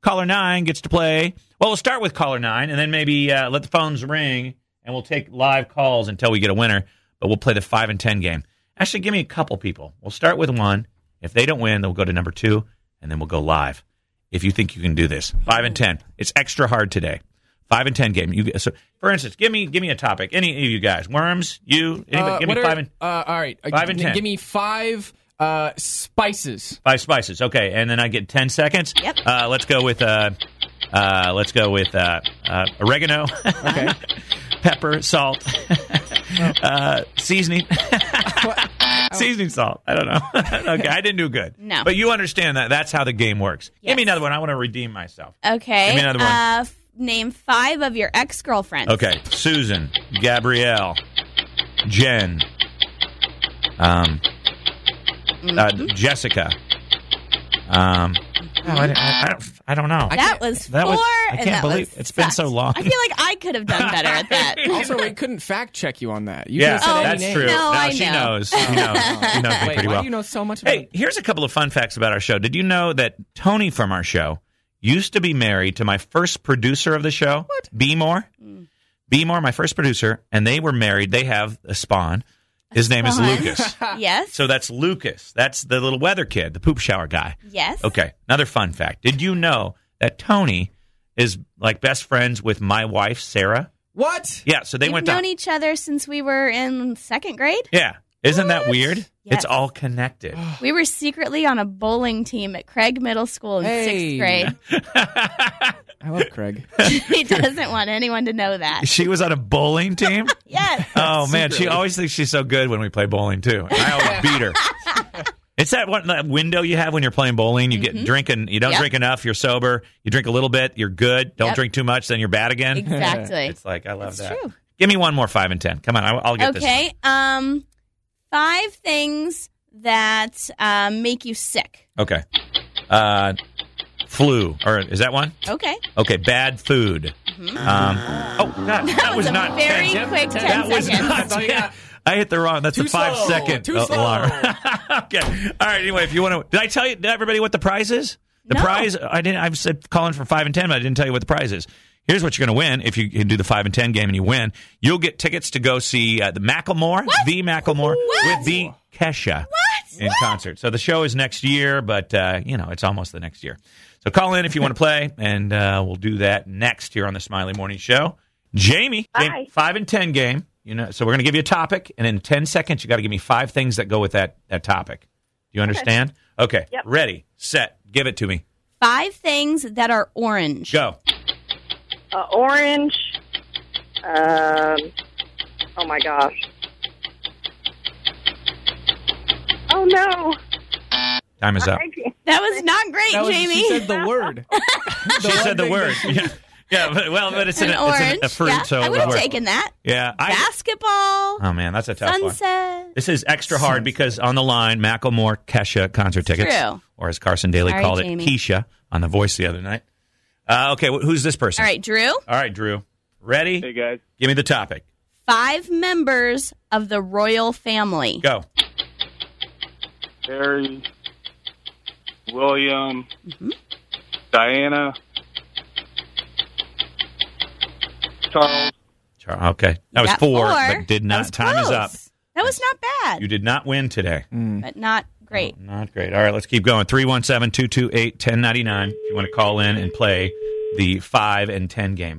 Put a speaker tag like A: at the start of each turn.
A: Caller nine gets to play. Well, we'll start with caller nine, and then maybe uh, let the phones ring, and we'll take live calls until we get a winner. But we'll play the five and ten game. Actually, give me a couple people. We'll start with one. If they don't win, they'll go to number two, and then we'll go live. If you think you can do this, five and ten. It's extra hard today. Five and ten game. You so for instance, give me give me a topic. Any of you guys, worms, you, anybody,
B: Uh,
A: give me
B: what are-
A: five and
B: uh, all right. Uh,
A: Five and
B: g-
A: ten.
B: Give me five uh, spices.
A: Five spices. Okay, and then I get ten seconds.
C: Yep.
A: Uh, let's go with uh, uh, let's go with uh, uh, oregano,
B: Okay.
A: pepper, salt, uh, seasoning, seasoning salt. I don't know. okay, I didn't do good.
C: No.
A: but you understand that that's how the game works. Give me
C: Yes.
A: another one. I want to redeem myself.
C: Okay.
A: Give me another one.
C: Uh, f- name five of your ex girlfriends.
A: Okay, Susan, Gabrielle, Jen, um,
B: Mm-hmm.
A: uh, Jessica. Um, oh, I, don't- I don't, I don't know.
C: That was four.
A: That was- I
C: and
A: can't
C: that
A: believe-
C: was
A: it's been so
C: sucked.
A: long.
C: I feel like I could have done better at that.
B: Also, we couldn't fact check you on that. You
A: yeah,
B: could've said any
A: that's
B: name.
A: true.
C: No,
A: No,
C: I
A: she
C: know.
A: knows. She knows. She knows me
B: Wait,
A: pretty
B: why
A: well.
B: do you know so much about?
A: hey, here's a couple of fun facts about our show. Did you know that Tony from our show used to be married to my first producer of the show? What? B Moore.
B: Mm.
A: B Moore, my first producer, and they were married. They have a spawn. His name is
C: spawn?
A: Lucas.
C: yes.
A: So that's Lucas. That's the little weather kid, the poop shower guy.
C: yes.
A: Okay, another fun fact. Did you know that Tony is like best friends with my wife Sarah?
B: What?
A: Yeah, so they
C: We've
A: went
C: known
A: down.
C: each other since we were in second grade.
A: yeah, isn't that weird? It's
C: Yes. Oh.
A: all connected.
C: We were secretly on a bowling team at Craig Middle School in
B: Hey.
C: sixth grade.
B: I love Craig.
C: he doesn't want anyone to know that.
A: she was on a bowling team.
C: Yes.
A: Oh man, she
B: Secretly.
A: always thinks she's so good when we play bowling too. And I always beat her. It's that one that window you have when you're playing bowling. You get drinking. You don't
C: Mm-hmm. Yep.
A: drink enough. You're sober. You drink a little bit. You're good. Don't
C: Yep.
A: drink too much. Then you're bad again.
C: Exactly.
A: It's like I love
C: It's
A: that.
C: true.
A: Give me one more five and ten. Come on, I'll, I'll get this.
C: okay. Um, five things that um, make you sick.
A: one. Okay. Uh, flu or is that one?
C: Okay.
A: Okay, bad food. Um, oh God, that, was,
C: Mm-hmm. Ah. was a
A: not
C: very
A: 10.
C: quick 10
A: That was
C: seconds.
A: not
B: That's all you
A: 10.
B: got.
A: I hit the wrong. That's
B: Too
A: a five
B: slow.
A: second
B: Too
A: a-
B: slow.
A: alarm. okay. All right. Anyway, if you want to, did I tell you? Did everybody what the prize is? The
C: No.
A: prize. I didn't. I said calling for five and ten, but I didn't tell you what the prize is. Here's what you're going to win if you can do the five and ten game and you win. You'll get tickets to go see uh, the Macklemore, the Macklemore with the Kesha in concert. So the show is next year, but uh, you know it's almost the next year. So call in if you want to play, and uh, we'll do that next here on the Smiley Morning Show. Jamie, game- five and ten game. You know, so we're going to give you a topic, and in ten seconds, you got to give me five things that go with that that topic. Do you understand? Okay. Ready, set, give it to me.
C: Five things that are orange.
A: Go.
D: uh, orange. Um, oh my gosh. Oh no!
A: Time is up.
D: I can't-
C: That was not great,
B: That was,
C: Jamie.
B: She said the word.
A: She said the word. Yeah. Yeah, but, well, but it's
C: An
A: an, it's
C: orange.
A: an, a fruit,
C: yeah.
A: so
C: I
A: it
C: would
A: would
C: have
A: work.
C: taken that.
A: Yeah, I,
C: Basketball.
A: oh man, that's a tough one.
C: sunset.
A: This is extra hard because on the line, Macklemore, Kesha concert tickets,
C: True.
A: or as Carson Daly
C: Sorry,
A: called
C: Jamie.
A: it, Keisha on The Voice the other night. Uh, okay, wh- who's this person?
C: All right, Drew.
A: All right, Drew. Ready?
E: Hey guys,
A: Give me the topic.
C: Five members of the royal family.
A: Go.
E: Harry, William, Diana, Charles.
A: Char- Okay, that was
C: Got
A: four, but did
C: That was
A: not. Time is up.
C: close. That was not bad,
A: You did not win today.
C: but not great.
A: Not great. All right, let's keep going. 317 228 1099 if you want to call in and play the 5 and 10 game.